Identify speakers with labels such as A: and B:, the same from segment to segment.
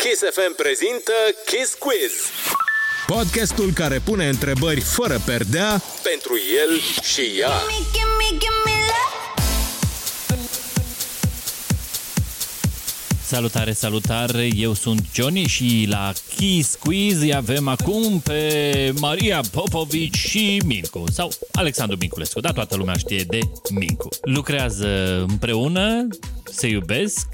A: Kiss FM prezintă Kiss Quiz.
B: Podcastul care pune întrebări fără perdea
A: Pentru el și ea.
C: Salutare, salutare, eu sunt Johnny și la Kiss Quiz îi avem acum pe Maria Popovici și Mincu, sau Alexandru Minculescu, da, toată lumea știe de Mincu. Lucrează împreună, se iubesc,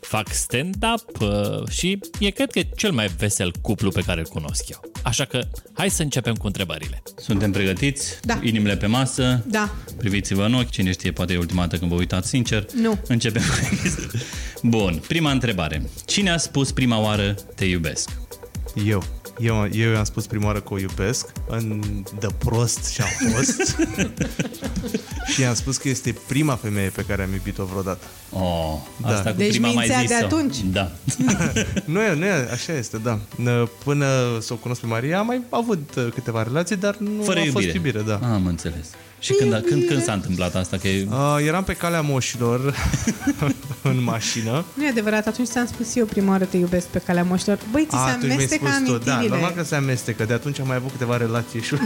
C: fac stand-up uh, și e cred că cel mai vesel cuplu pe care îl cunosc eu. Așa că hai să începem cu întrebările.
D: Suntem pregătiți?
E: Da.
D: Inimile pe masă?
E: Da.
D: Priviți-vă în ochi, cine știe, poate e ultima dată când vă uitați sincer.
E: Nu.
D: Începem. Bun, prima întrebare. Cine a spus prima oară te iubesc?
F: Eu. Eu, eu i-am spus prima oară că o iubesc în de prost și am fost. și i-am spus că este prima femeie pe care am iubit-o vreodată.
D: Oh,
F: Da.
D: asta cu
E: Deci
D: prima mai
E: mințea de
D: zis
E: atunci.
D: Da.
F: Nu e, nu e, așa este, da. N- Până să o cunosc pe Maria am mai avut uh, câteva relații, dar nu
D: Fără
F: a
D: iubire.
F: fost iubire, da.
D: Am înțeles. Și când, când, când s-a întâmplat asta? Că e...
F: Uh, eram pe calea moșilor în mașină.
E: Nu e adevărat, atunci ți-am spus eu prima oară te iubesc pe calea moșilor. Băi, ți se
F: tu mi-ai
E: amestecă
F: spus tu, da,
E: amintirile.
F: normal că se amestecă. De atunci am mai avut câteva relații și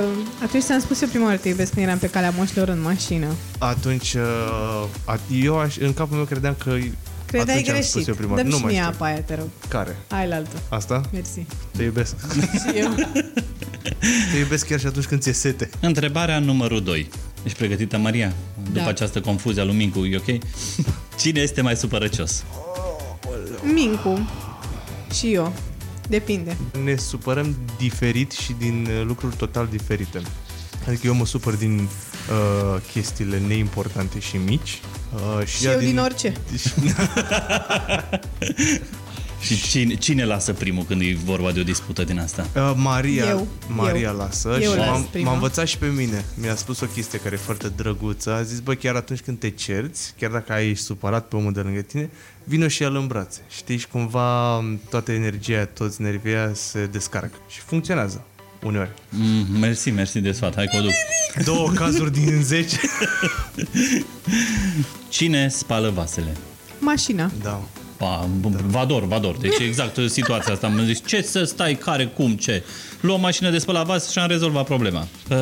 E: Uh, atunci ți-am spus eu prima oară te iubesc când eram pe calea moșilor în mașină.
F: atunci uh, a- eu aș, în capul meu credeam că
E: Credeai
F: atunci am
E: greșit.
F: spus eu prima
E: Dăm
F: nu
E: și
F: mai
E: mie
F: știu.
E: apa aia, te rog.
F: Care?
E: Hai la altă.
F: Asta?
E: Mersi.
F: Te iubesc.
E: Și eu.
F: Da. Te iubesc chiar și atunci când ți-e sete.
D: Întrebarea numărul 2. Ești pregătită, Maria? După
E: Da.
D: această confuzie a lui Mincu, e ok? Cine este mai supărăcios?
E: Mincu. Și eu. Depinde.
F: Ne supărăm diferit și din uh, lucruri total diferite. Adică eu mă supăr din uh, chestiile neimportante și mici. Uh, și
E: Și
F: ea
E: eu din orice.
D: Și cine, cine lasă primul când e vorba de o dispută din asta?
F: Uh, Maria,
E: Eu.
F: Maria
E: Eu.
F: lasă
E: Eu
F: și
E: las
F: m-am,
E: prima.
F: m-a învățat și pe mine. Mi-a spus o chestie care e foarte drăguță. A zis, bă, chiar atunci când te cerți, chiar dacă ai ești supărat pe omul de lângă tine, vină și el în brațe. Știi, și cumva m, toată energia, toți nervii aia se descarcă. Și funcționează. Uneori.
D: Mm, mersi, mersi de sfat. Hai că o duc.
F: Două cazuri din 10.
D: Cine spală vasele?
E: Mașina.
F: Da.
D: Pa, bun, Vador, Vador. Deci exact situația asta. Mă zici, ce să stai, care, cum, ce? Luăm mașină de spălat vas și am rezolvat problema. Uh,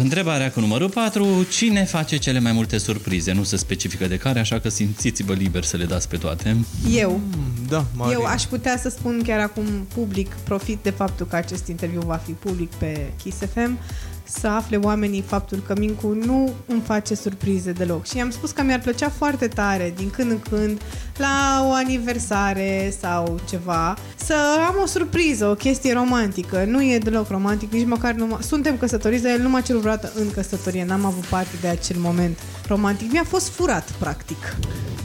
D: întrebarea cu numărul 4. Cine face cele mai multe surprize? Nu se specifică de care, așa că simțiți-vă liber să le dați pe toate.
E: Eu.
F: Da, Maria.
E: Eu aș putea să spun chiar acum public, profit de faptul că acest interviu va fi public pe Kiss FM, să afle oamenii faptul că Mincu nu îmi face surprize deloc. Și i-am spus că mi-ar plăcea foarte tare, din când în când, la o aniversare sau ceva, să am o surpriză, o chestie romantică. Nu e deloc romantic, nici măcar nu... m- Suntem căsătoriți, dar el nu m-a cerut vreodată în căsătorie, n-am avut parte de acel moment romantic. Mi-a fost furat, practic.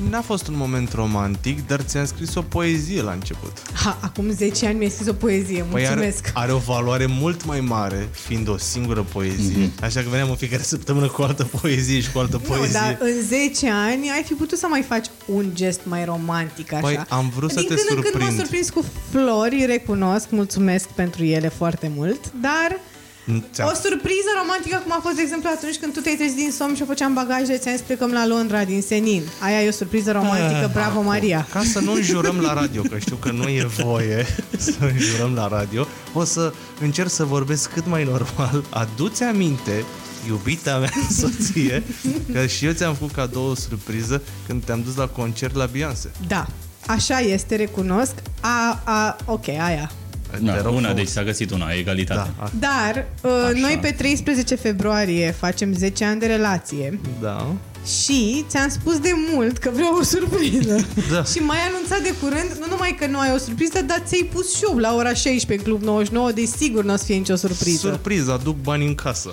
F: N-a fost un moment romantic, dar ți-am scris o poezie la început.
E: Ha, acum 10 ani mi-ai scris o poezie,
F: Păi
E: mulțumesc.
F: are, are o valoare mult mai mare, fiind o singură poezie. Mm-hmm. Așa că veneam în fiecare săptămână cu o altă poezie și cu o altă poezie.
E: Nu, dar în 10 ani ai fi putut să mai faci un gest mai romantic așa.
F: Păi, am vrut să
E: Din
F: te
E: când în când m-am
F: surprind.
E: surprins cu flori, recunosc, mulțumesc pentru ele foarte mult, dar
F: Ți-am-
E: o surpriză romantică cum a fost, de exemplu, atunci când tu te-ai trezit din somn și eu făceam bagaje, ți-am zis plecăm la Londra din Senin. Aia e o surpriză
F: Ah, da,
E: romantică, bravo Maria.
F: Ca să nu înjurăm la radio, că știu că nu e voie să înjurăm la radio, o să încerc să vorbesc cât mai normal. Adu-ți aminte, iubita mea soție, că și eu ți-am făcut cadou o surpriză când te-am dus la concert la Beyoncé.
E: Da, așa este, recunosc. A, a, ok, aia.
D: Na,
F: Te rog
D: una,
F: frumos.
D: deci s-a găsit una, egalitate.
F: Da, a-
E: Dar uh, noi pe 13 februarie facem 10 ani de relație.
F: da.
E: Și ți-am spus de mult că vreau o surpriză.
F: Da.
E: și mai anunțat de curând, nu numai că nu ai o surpriză, dar ți-ai pus șob la ora 16 în Club 99, deci sigur nu o să fie nicio surpriză.
F: Surpriză, aduc bani în casă.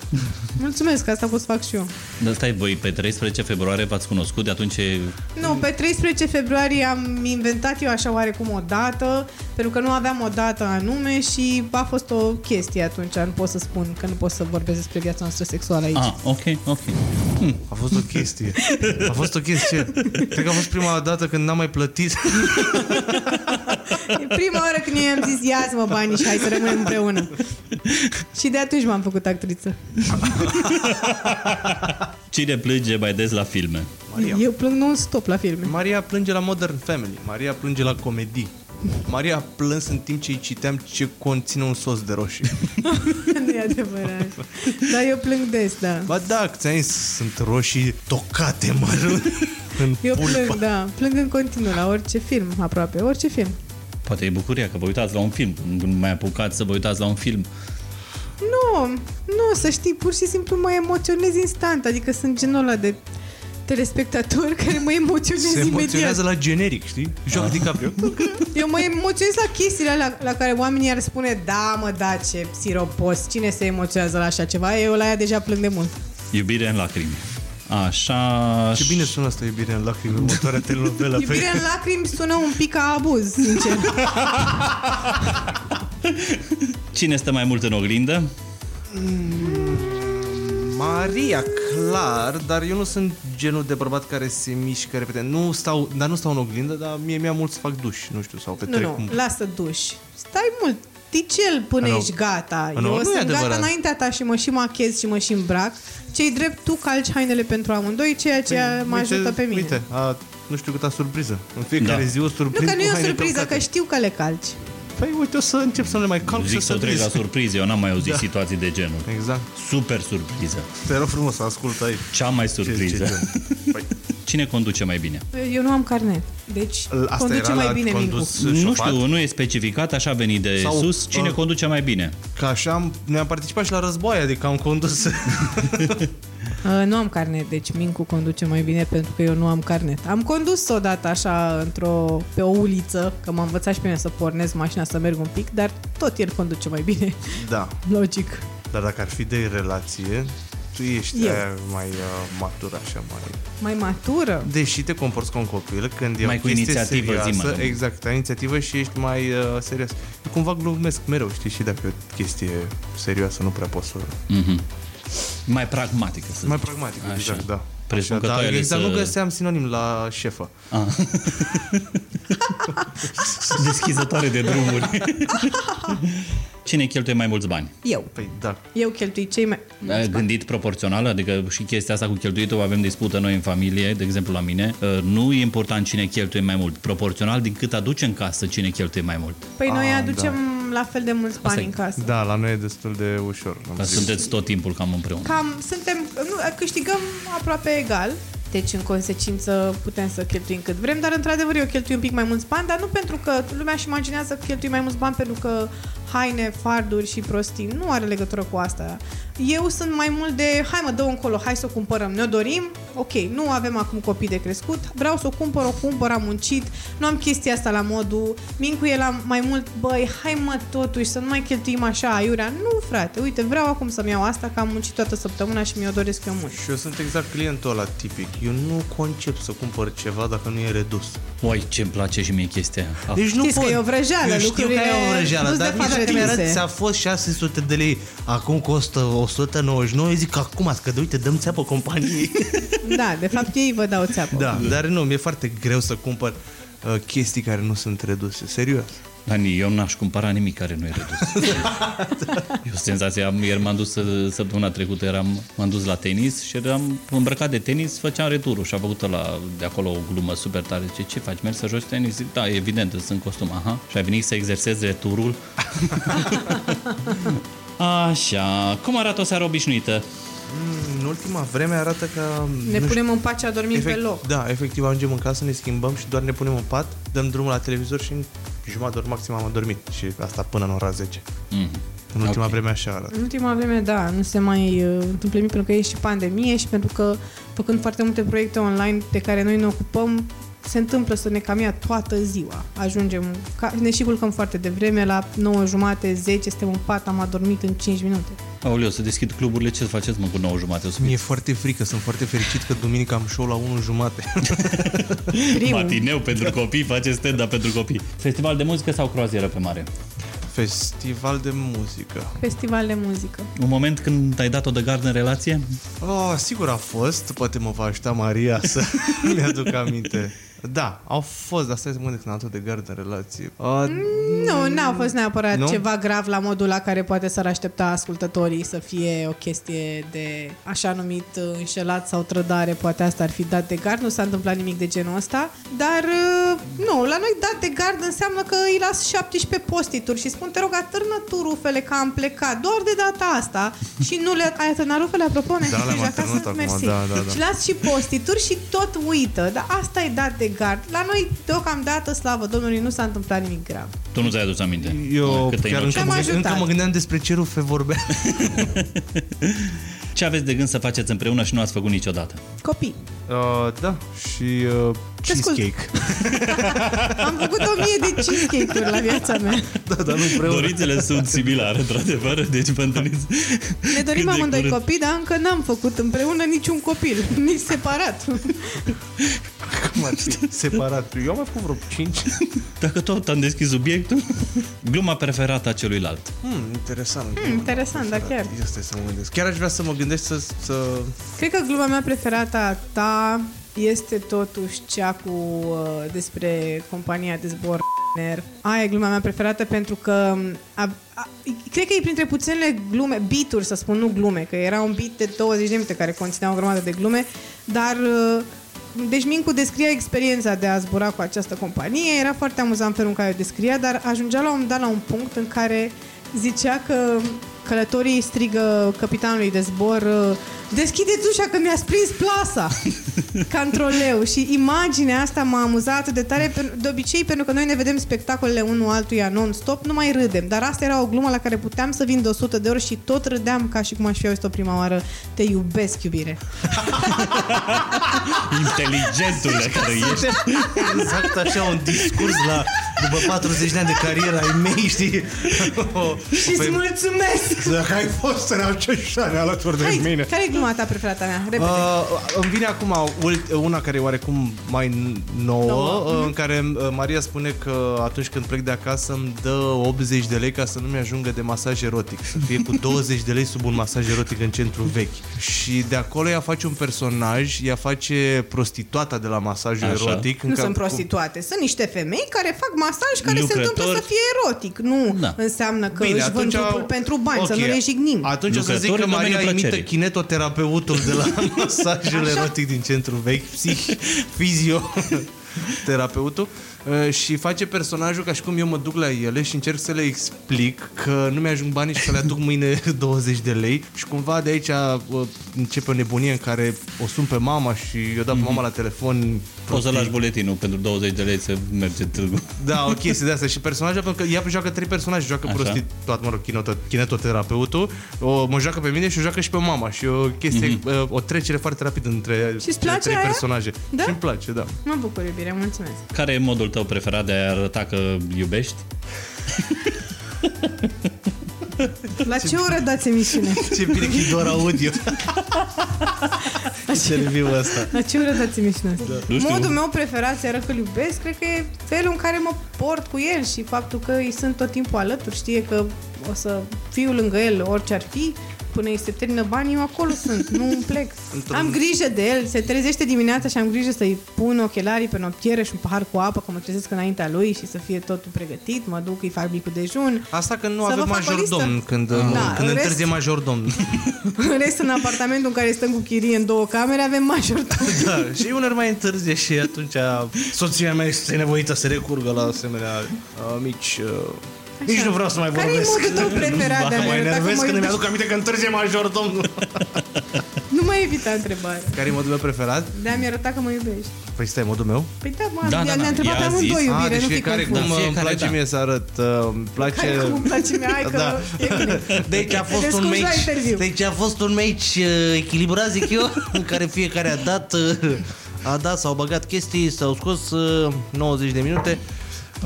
E: Mulțumesc, asta pot să fac și eu.
D: Dar stai, voi pe 13 februarie v-ați cunoscut, de atunci e...
E: Nu, pe 13 februarie am inventat eu așa oarecum o dată, pentru că nu aveam o dată anume și a fost o chestie atunci, nu pot să spun că nu pot să vorbesc despre viața noastră sexuală
F: Da.
E: aici.
D: Ah, ok, ok.
F: A fost o chestie. A fost o chestie. Cred că a fost prima dată când n-am mai plătit.
E: E prima oară când eu i-am zis, ia-ți-mă banii și hai să rămânem împreună. și de atunci m-am făcut actriță.
D: Cine plânge mai des la filme?
F: Maria.
E: Eu plâng non-stop la filme.
F: Maria plânge la Modern Family, Maria plânge la comedii. Maria a plâns în timp ce îi citeam ce conține un sos de roșii.
E: nu e adevărat. Dar eu plâng des, da.
F: Ba da, că ți-am zis, sunt roșii tocate, mărunt, în
E: Eu
F: pulpa.
E: plâng, da. Plâng în continuu la orice film, aproape. Orice film.
D: Poate e bucuria că vă uitați la un film. Când mai apucați să vă uitați la un film.
E: Nu, nu, să știi, pur și simplu mă emoționez instant. Adică sunt genul ăla de telespectator care mă emoționez
F: Se
E: imediat. Da.
F: emoționează la generic, știi? Joc DiCaprio.
E: Eu mă emoționez la chestiile alea la care oamenii ar spune Da, mă, da, ce siropos, cine se emoționează la așa ceva? Eu la aia deja plâng de mult.
F: Păi-
D: Iubire în lacrimi. Așa...
F: Ce bine sună asta, iubire în lacrimi, următoarea telenovelă.
E: Iubire în lacrimi sună un pic ca abuz, sincer.
D: Cine stă mai mult în oglindă?
F: Maria, clar, dar eu nu sunt genul de bărbat care se mișcă repede. Nu stau, dar nu stau în oglindă, dar mie mi-a mult să fac duș, nu știu, sau
E: nu,
F: petrec
E: nu,
F: cum...
E: lasă duș. Stai mult, ticel până
F: Alo.
E: ești gata.
F: Alo,
E: Eu
F: nu e
E: sunt gata
F: adevărat.
E: înaintea ta și mă și machez și mă și îmbrac. Cei drept, tu calci hainele pentru amândoi, ceea ce mă ajută pe mine.
F: Păi, Uite, a, nu știu câta surpriză. În fiecare
D: Da.
F: zi o
E: Nu
F: surpriză
E: că nu e o surpriză, că știu că le calci.
F: Păi uite, o să încep să le mai calc
D: Zic
F: și
D: să
F: să Da.
D: o trec la surpriză, eu n-am mai auzit situații de genul.
F: Exact.
D: Super surpriză.
F: Te rog frumos, ascultă ai.
D: Cea mai
F: Ce-
D: surpriză. Cine conduce mai bine?
E: Eu nu am carnet, deci
F: Asta
E: conduce
F: era la
E: mai bine Mincu.
F: condus
D: Nu
F: șofat?
D: știu, nu e specificat, așa a venit de
F: Sau,
D: sus. Cine
F: uh,
D: conduce mai bine?
F: Că așa am, ne-am participat și la război, adică am condus.
E: Uh, nu am carnet, deci Mincu conduce mai bine pentru că eu nu am carnet. Am condus odată așa într-o, pe o uliță, că m-a învățat și pe mine să pornesc mașina, să merg un pic, dar tot el conduce mai bine,
F: da.
E: logic.
F: Dar dacă ar fi de relație, tu ești
E: Eu.
F: aia mai uh, matur așa mai...
E: Mai matură?
F: Deși te comporți ca un copil, când e
D: Mai
F: o
D: cu
F: chestie
D: inițiativă, zi,
F: serioasă,
D: mă.
F: Exact, ai inițiativă și ești mai uh, serios. Eu cumva glumesc mereu, știi, și dacă e o chestie serioasă nu prea poți să...
D: Mai pragmatică, să
F: Mai
D: zic.
F: pragmatic,
D: Așa.
F: exact, da.
D: Presupun că tu
F: dar
D: ai ales
F: exact
D: să-
F: nu găseam sinonim la șefă.
D: Deschizătoare de drumuri. Cine cheltuie mai mulți bani?
E: Eu.
F: Păi da,
E: Eu cheltui cei mai...
D: Ai Da, Gândit proporțional, adică și chestia asta cu cheltuitul, avem dispută noi în familie, de exemplu la mine, Uh, nu e important cine cheltuie mai mult, proporțional din cât aduce în casă cine cheltuie mai mult.
E: Păi
F: Ah,
E: noi
F: da.
E: aducem la fel de mulți bani
D: Asta e.
E: în casă.
F: da, la noi e destul de ușor. am
D: Dar
F: zis.
D: sunteți tot timpul cam împreună.
E: Cam suntem, nu, câștigăm aproape egal. Deci, în consecință, putem să cheltuim cât vrem, dar, într-adevăr, eu cheltui un pic mai mulți bani, dar nu pentru că lumea își imaginează că cheltui mai mulți bani pentru că haine, farduri și prostii. Nu are legătură cu asta. Eu sunt mai mult de, hai mă, dă încolo, hai să o cumpărăm, ne-o dorim, ok, nu avem acum copii de crescut, vreau să o cumpăr, o cumpăr, am muncit, nu am chestia asta la modul, Mincu e la mai mult, băi, hai mă totuși să nu mai cheltuim așa aiurea. Nu, frate, uite, vreau acum să-mi iau asta, că am muncit toată săptămâna și mi-o doresc eu mult.
F: Și eu sunt exact clientul ăla tipic. Eu nu concep să cumpăr ceva dacă nu e redus.
D: Oi, ce-mi place și mie chestia aia. Ah,
F: Deci nu
E: Știți că
F: pot.
E: e o vrăjeală,
F: Eu știu că
E: lucrurile
F: e o vrăjeală,
E: nu-s
F: dar
E: de
F: nici
E: fapt
F: mi arăt,
E: reduse.
F: ți-a fost 600 de lei, acum costă 199, eu zic acum, că de uite, dăm țeapă companiei.
E: Da, de fapt ei vă dau țeapă.
F: da, dar nu, mi-e foarte greu să cumpăr uh, chestii care nu sunt reduse, serios.
D: Ani, eu n-aș cumpăra nimic care nu e redus. e o senzație. Am, ieri m-am dus, uh, săptămâna trecută eram, m-am dus la tenis și eram îmbrăcat de tenis, făceam returul și a făcut la de acolo o glumă super tare. Zice, ce faci, mergi să joci tenis? Zic, da, evident, sunt în costum. Aha. Și a venit să exersez returul. Așa, cum arată o seară obișnuită?
F: În ultima vreme arată că...
E: Ne
F: nu
E: punem în pace, adormim pe loc.
F: Da, efectiv ajungem în casă, ne schimbăm și doar ne punem în pat, dăm drumul la televizor și în jumătate de oră maxim am adormit. Și asta până în ora 10.
D: Mm.
F: În ultima
D: Ok.
F: vreme așa arată.
E: În ultima vreme, da, nu se mai uh, întâmplă nimic pentru că e și pandemie și pentru că făcând foarte multe proiecte online de care noi ne ocupăm, se întâmplă să ne cam ia toată ziua. Ajungem, ca, ne și culcăm foarte devreme, la 9 jumate, 10, suntem în pat, am adormit în 5 minute.
D: Aoleu, să deschid cluburile, ce faceți mă cu 9 jumate? O să
F: Mi-e foarte frică, sunt foarte fericit că duminică am show la 1 jumate.
E: Primul.
D: Matineu pentru copii, face stand-up pentru copii. Festival de muzică sau croazieră pe mare?
F: Festival de muzică.
E: Festival de muzică.
D: Un moment când ai dat-o de gard în relație?
F: Oh, sigur a fost, poate mă va ajuta Maria să mi-aduc aminte. Da, au fost, dar stai să mă gândesc în altul de gard în relație. Uh,
E: Nu, n-a fost neapărat
F: Nu?
E: nu? ceva grav la modul la care poate s-ar aștepta ascultătorii să fie o chestie de așa numit uh, înșelat sau trădare, poate asta ar fi dat de gard, nu s-a întâmplat nimic de genul ăsta, dar uh, nu, la noi dat de gard înseamnă că îi las 17 postituri și spun te rog atârnă tu rufele că am plecat, doar de data asta și nu le ai atârnat rufele, apropo, ne
F: Da, le-am atârnat acum, da, da, da.
E: Și las și postituri și tot uită, dar asta e dat de gard. La noi deocamdată, slavă Domnului, nu s-a întâmplat nimic grav.
D: Tu nu ți-ai adus aminte.
F: eu
D: Câtă
F: chiar
D: inocență.
F: încă mă,
E: Te-am
F: încă mă
E: ajutat.
F: gândeam despre ce rufe vorbea.
D: Ce aveți de gând să faceți împreună și nu ați făcut niciodată?
E: Copii,
F: Uh, da, și uh,
E: ascult.
F: cheesecake.
E: am făcut o mie de cheesecake-uri la viața mea.
F: da, dar nu împreună.
D: Dorințele sunt similare, într-adevăr, deci vă întâlniți.
E: Ne dorim
D: de
E: amândoi
D: curând.
E: copii, dar încă n-am făcut împreună niciun copil, nici separat.
F: Cum ar fi? Separat. Eu am mai făcut vreo 5.
D: Dacă tot am deschis subiectul, gluma preferată a celuilalt.
F: Hmm, interesant.
E: Hmm, interesant, da, chiar.
F: Este să mă gândesc. Chiar aș vrea să mă gândesc să... să...
E: Cred că gluma mea preferată a ta este totuși cea cu uh, despre compania de zbor NER. Aia e gluma mea preferată pentru că um, a, a, cred că e printre puținele glume, beat-uri să spun, nu glume, că era un beat de 20 de minute care conținea o grămadă de glume, dar uh, deci Mincu descria experiența de a zbura cu această companie, era foarte amuzant felul în care o descria, dar ajungea la un moment dat la un punct în care zicea că călătorii strigă capitanului de zbor deschideți ușa că mi-a prins plasa ca în troleu și imaginea asta m-a amuzat atât de tare pe- de obicei pentru că noi ne vedem spectacolele unul altuia non-stop, nu mai râdem, dar asta era o glumă la care puteam să vin de 100 de ori și tot râdeam ca și cum aș fi auzit-o prima oară te iubesc iubire
D: Inteligentule care ești.
F: Exact așa un discurs la după 40 de ani de carieră ai mei, știi? O-
E: și îți mulțumesc!
G: Dacă ai fost în acești ani alături de
E: Hai,
G: mine.
E: care e gluma ta preferată a mea? Repede. Uh,
F: Uh, îmi vine acum ult- una care e oarecum mai nouă,
E: Nouă, Mhm.
F: nouă. în care uh, Maria spune că atunci când plec de acasă îmi dă 80 de lei ca să nu-mi ajungă de masaj erotic. Să fie cu 20 de lei sub un masaj erotic în centru vechi. Și de acolo ea face un personaj, ea face prostituata de la masajul
D: Așa.
F: erotic. în
E: nu
F: care-
E: sunt prostituate, sunt niște femei care fac masaj care
D: Lucrători.
E: se întâmplă să fie erotic. Nu
D: Da.
E: înseamnă că Bine, își vând
F: atunci-
E: trupul pentru bani, okay. să nu
F: ok,
E: ne jignim.
F: Atunci o să zic
D: Lucrători
F: că
D: în
F: Maria
D: domeniul
F: imită
D: plăcerii.
F: kinetoterapeutul de la masajul
E: Așa.
F: erotic din centru vechi, psih, fizio, terapeutul uh, și face personajul ca și cum eu mă duc la ele și încerc să le explic că nu mi-ajung banii și că le aduc mâine 20 de lei și cumva de aici uh, începe o nebunie în care o sun pe mama și eu
D: Mhm.
F: dau pe mama la telefon
D: Poți să
F: prostii.
D: lași buletinul pentru 20 de lei să merge târgu.
F: Da, o chestie de asta și personajul, pentru că ea joacă trei personaje, joacă
D: Așa.
F: prostituat, mă rog, chinoto- kinetoterapeutul, o, mă joacă pe mine și o joacă și pe mama și o chestie, mm-hmm. o trecere foarte rapidă între
E: Și-ți
F: cele
E: place
F: trei
E: aia?
F: personaje.
E: Da?
F: Și îmi place, da.
E: Mă bucur, iubire, mulțumesc.
D: Care e modul tău preferat de a arăta că iubești?
E: La ce oră dați emisiune?
F: Ce bine că e doar audio. Interviul ăsta.
E: La ce oră dați emisiune asta?
D: Nu știu.
E: Modul meu preferat să arăt că iubesc, cred că e felul în care mă port cu el și faptul că îi sunt tot timpul alături, știe că o să fiu lângă el orice ar fi, până îi se termină banii, eu acolo sunt, nu îmi plec. Am grijă de el, se trezește dimineața și am grijă să-i pun ochelarii pe noptiere și un pahar cu apă, că mă trezesc înaintea lui și să fie totul pregătit, mă duc, îi fac micul dejun.
F: Asta că nu
E: Să
F: avem
E: vă fac o
F: majordom
E: listă.
F: când,
E: Da,
F: când
E: în rest-
F: întârzie majordom.
E: În rest, în apartamentul în care stăm cu chirie în două camere, avem majoritatea.
F: da, și uneori mai întârzie și atunci soția mea este nevoită să recurgă la asemenea uh, mici... Uh, nici nu vreau să mai
E: Care e
F: vorbesc.
E: modul tău preferat de a
F: Mă
E: mă
F: mai
E: arăta că
F: nervez
E: mă
F: când
E: iubești?
F: mi-aduc aminte că întârzie major, domnul.
E: Nu mai evita întrebarea.
F: Care e modul meu preferat?
E: De a-mi arăta că mă iubești.
F: Păi stai, modul meu?
E: Păi da, mă,
D: Da, da, da,
E: da, ne-a întrebat
D: ea
E: pe
D: a
E: amândoi,
D: zis.
F: Ah,
E: iubire,
F: deci
E: nu fi
F: fiecare cum
E: confuz.
D: Da,
F: uh, îmi
D: fiecare,
F: place
D: da.
F: mie să arăt. uh, Îmi
E: Care
F: place...
E: cum îmi place mie, hai că
F: Da.
E: e bine.
F: De aici a fost
E: Te
F: un
E: descurci la
F: meci,
E: interviu.
F: de aici a fost un meci uh, echilibrat, zic eu, în care fiecare a dat, uh, a dat, s-au băgat chestii, s-au scos uh, 90 de minute.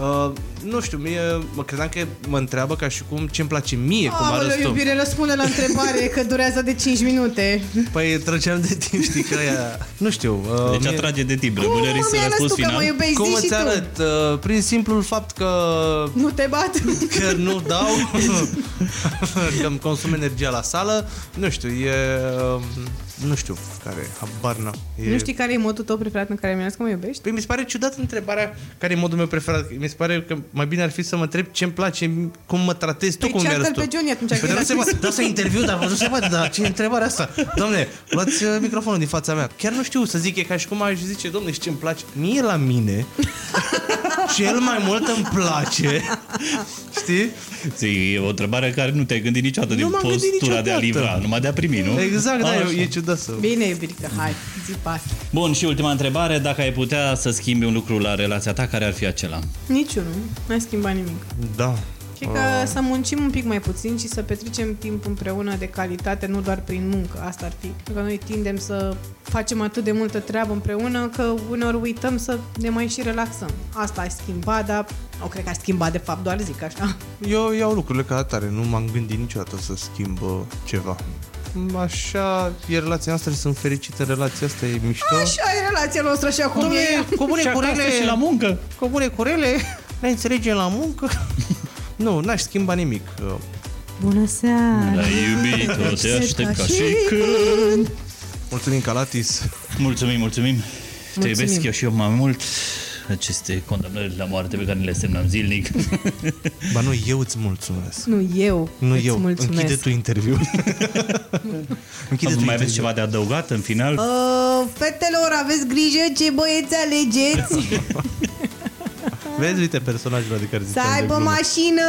F: Uh, nu știu, mie, mă credeam că mă întreabă ca și cum ce-mi place mie, cum
E: Aoleu,
F: arăți tu.
E: iubire, răspunde la întrebare, că durează de 5 minute.
F: Păi trăgeam de timp, știi, că aia... Nu știu. Uh,
D: Deci
F: mie-
D: atrage de timp,
E: Cum
D: rămâne să
E: mi-ai
D: răspuns
E: tu că mă
D: final.
E: iubești,
F: Cum
E: zi și
F: îți
E: tu.
F: arăt? Uh, prin simplul fapt că
E: Nu te bat?
F: că nu dau, că îmi consum energia la sală, nu știu, e... Nu știu care, habar n-am. E...
E: Nu știi care e modul tău preferat în care mi-ai zis că mă iubești?
F: Păi mi se pare ciudat întrebarea care e modul meu preferat. Mi se pare că mai bine ar fi să mă întreb ce-mi place, cum mă tratezi tu,
E: Păi
F: cum mi-ai
E: cearcă-l
F: răspuns.
E: pe Johnny atunci, că
F: Păi dar
E: el
F: nu
E: a
F: se poate, dau să interviu, dar nu se poate, dar ce e întrebarea asta? Doamne, luați uh, microfonul din fața mea. Chiar nu știu să zic, e ca și cum aș zice, domne, și ce-mi place? Mie la mine, cel mai mult îmi place, știi?
D: Zi, E o întrebare care nu te-ai gândit niciodată
F: Nu
D: din
F: m-am gândit
D: postura de a
F: niciodată.
D: livra, numai de a primi, nu?
F: Exact, da,
D: Așa.
F: e, e ciudat să...
E: Bine, iubirică, hai, zi pas.
D: Bun, și ultima întrebare, dacă ai putea să schimbi un lucru la relația ta, care ar fi acela?
E: Niciunul, n-ai schimbat nimic.
F: Da.
E: Cred că să muncim un pic mai puțin și să petrecem timp împreună de calitate, nu doar prin muncă, asta ar fi. Pentru că noi tindem să facem atât de multă treabă împreună că uneori uităm să ne mai și relaxăm. Asta ai schimba, dar nu cred că aș schimba de fapt, doar zic așa.
F: Eu iau lucrurile ca atare, nu m-am gândit niciodată să schimb uh, ceva. Așa e relația noastră, sunt fericit în relația asta, e mișto.
E: Așa e relația noastră și acum e ea.
F: cu bune
D: și acasă
F: curele,
D: și la muncă.
F: cu bune curele, ne înțelegem la muncă. nu, n-aș schimba nimic. Uh,
E: Bună seara!
D: La iubito, te
E: Exact.
D: aștept ca și când.
F: Mulțumim, Calatis.
D: Mulțumim, mulțumim. Te iubesc eu și eu mai mult. Aceste condamnări la moarte pe care le semnăm zilnic.
F: Ba nu, eu îți mulțumesc.
E: Nu eu,
F: Nu
E: îți
F: eu.
E: mulțumesc.
F: Închide tu interviul. Închide tu
D: Mai
F: interviul.
D: aveți ceva de adăugat în final?
E: Uh, fetelor, aveți grijă ce băieți alegeți,
F: Vezi, uite, personajul de care
E: să
F: ziceam de
E: aibă
F: glumă.
E: mașină,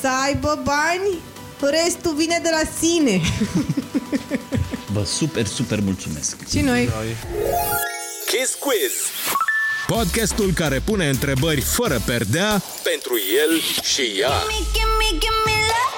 E: să aibă bani, restul vine de la sine.
D: Vă super, super mulțumesc.
E: Și noi.
A: Kiss Quiz.
B: Podcastul care pune întrebări fără perdea
A: Pentru el și ea.
H: Gimme, gimme, gimme love.